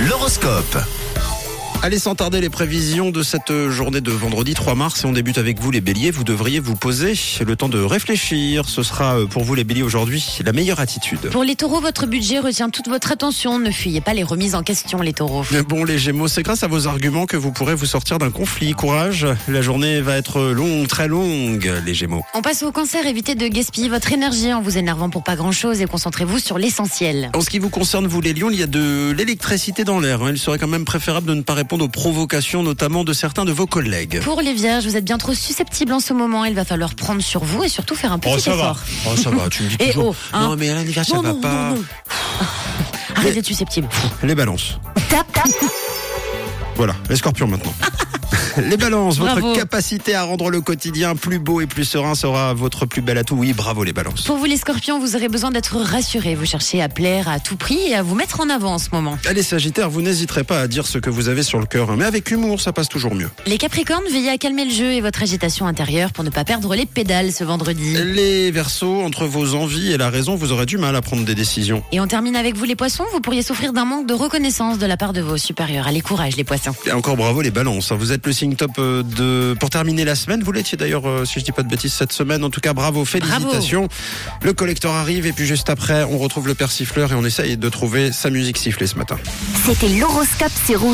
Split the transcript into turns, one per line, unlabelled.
l'horoscope. Allez, sans tarder, les prévisions de cette journée de vendredi 3 mars. Et on débute avec vous, les béliers. Vous devriez vous poser le temps de réfléchir. Ce sera euh, pour vous, les béliers, aujourd'hui, la meilleure attitude.
Pour les taureaux, votre budget retient toute votre attention. Ne fuyez pas les remises en question, les taureaux.
Mais Bon, les gémeaux, c'est grâce à vos arguments que vous pourrez vous sortir d'un conflit. Courage, la journée va être longue, très longue, les gémeaux.
On passe au cancer, évitez de gaspiller votre énergie en vous énervant pour pas grand chose et concentrez-vous sur l'essentiel.
En ce qui vous concerne, vous, les lions, il y a de l'électricité dans l'air. hein. Il serait quand même préférable de ne pas répondre aux provocations, notamment de certains de vos collègues.
Pour les vierges, vous êtes bien trop susceptibles en ce moment. Il va falloir prendre sur vous et surtout faire un petit effort.
Oh, ça va, tu me dis
Et
toujours.
oh, hein.
Non, mais à l'anniversaire,
Non,
ça va
non,
pas.
non, non. Arrêtez d'être susceptible.
Les balances. Voilà, les scorpions maintenant. Les balances, votre
Bravo.
capacité à rendre le quotidien plus beau et plus serein sera votre plus bel atout. Oui, bravo les balances.
Pour vous les scorpions, vous aurez besoin d'être rassurés. Vous cherchez à plaire à tout prix et à vous mettre en avant en ce moment.
Allez Sagittaire, vous n'hésiterez pas à dire ce que vous avez sur le cœur, hein, mais avec humour, ça passe toujours mieux.
Les capricornes, veillez à calmer le jeu et votre agitation intérieure pour ne pas perdre les pédales ce vendredi.
Les Verseaux, entre vos envies et la raison, vous aurez du mal à prendre des décisions.
Et on termine avec vous les poissons, vous pourriez souffrir d'un manque de reconnaissance de la part de vos supérieurs. Allez courage les poissons.
Et encore bravo les balances, hein. vous êtes le signe top euh, de pour terminer la semaine. Vous l'étiez d'ailleurs, euh, si je dis pas de bêtises, cette semaine. En tout cas, bravo, félicitations. Le collecteur arrive et puis juste après, on retrouve le persifleur et on essaye de trouver sa musique sifflée ce matin.
C'était l'horoscope sur Rouge.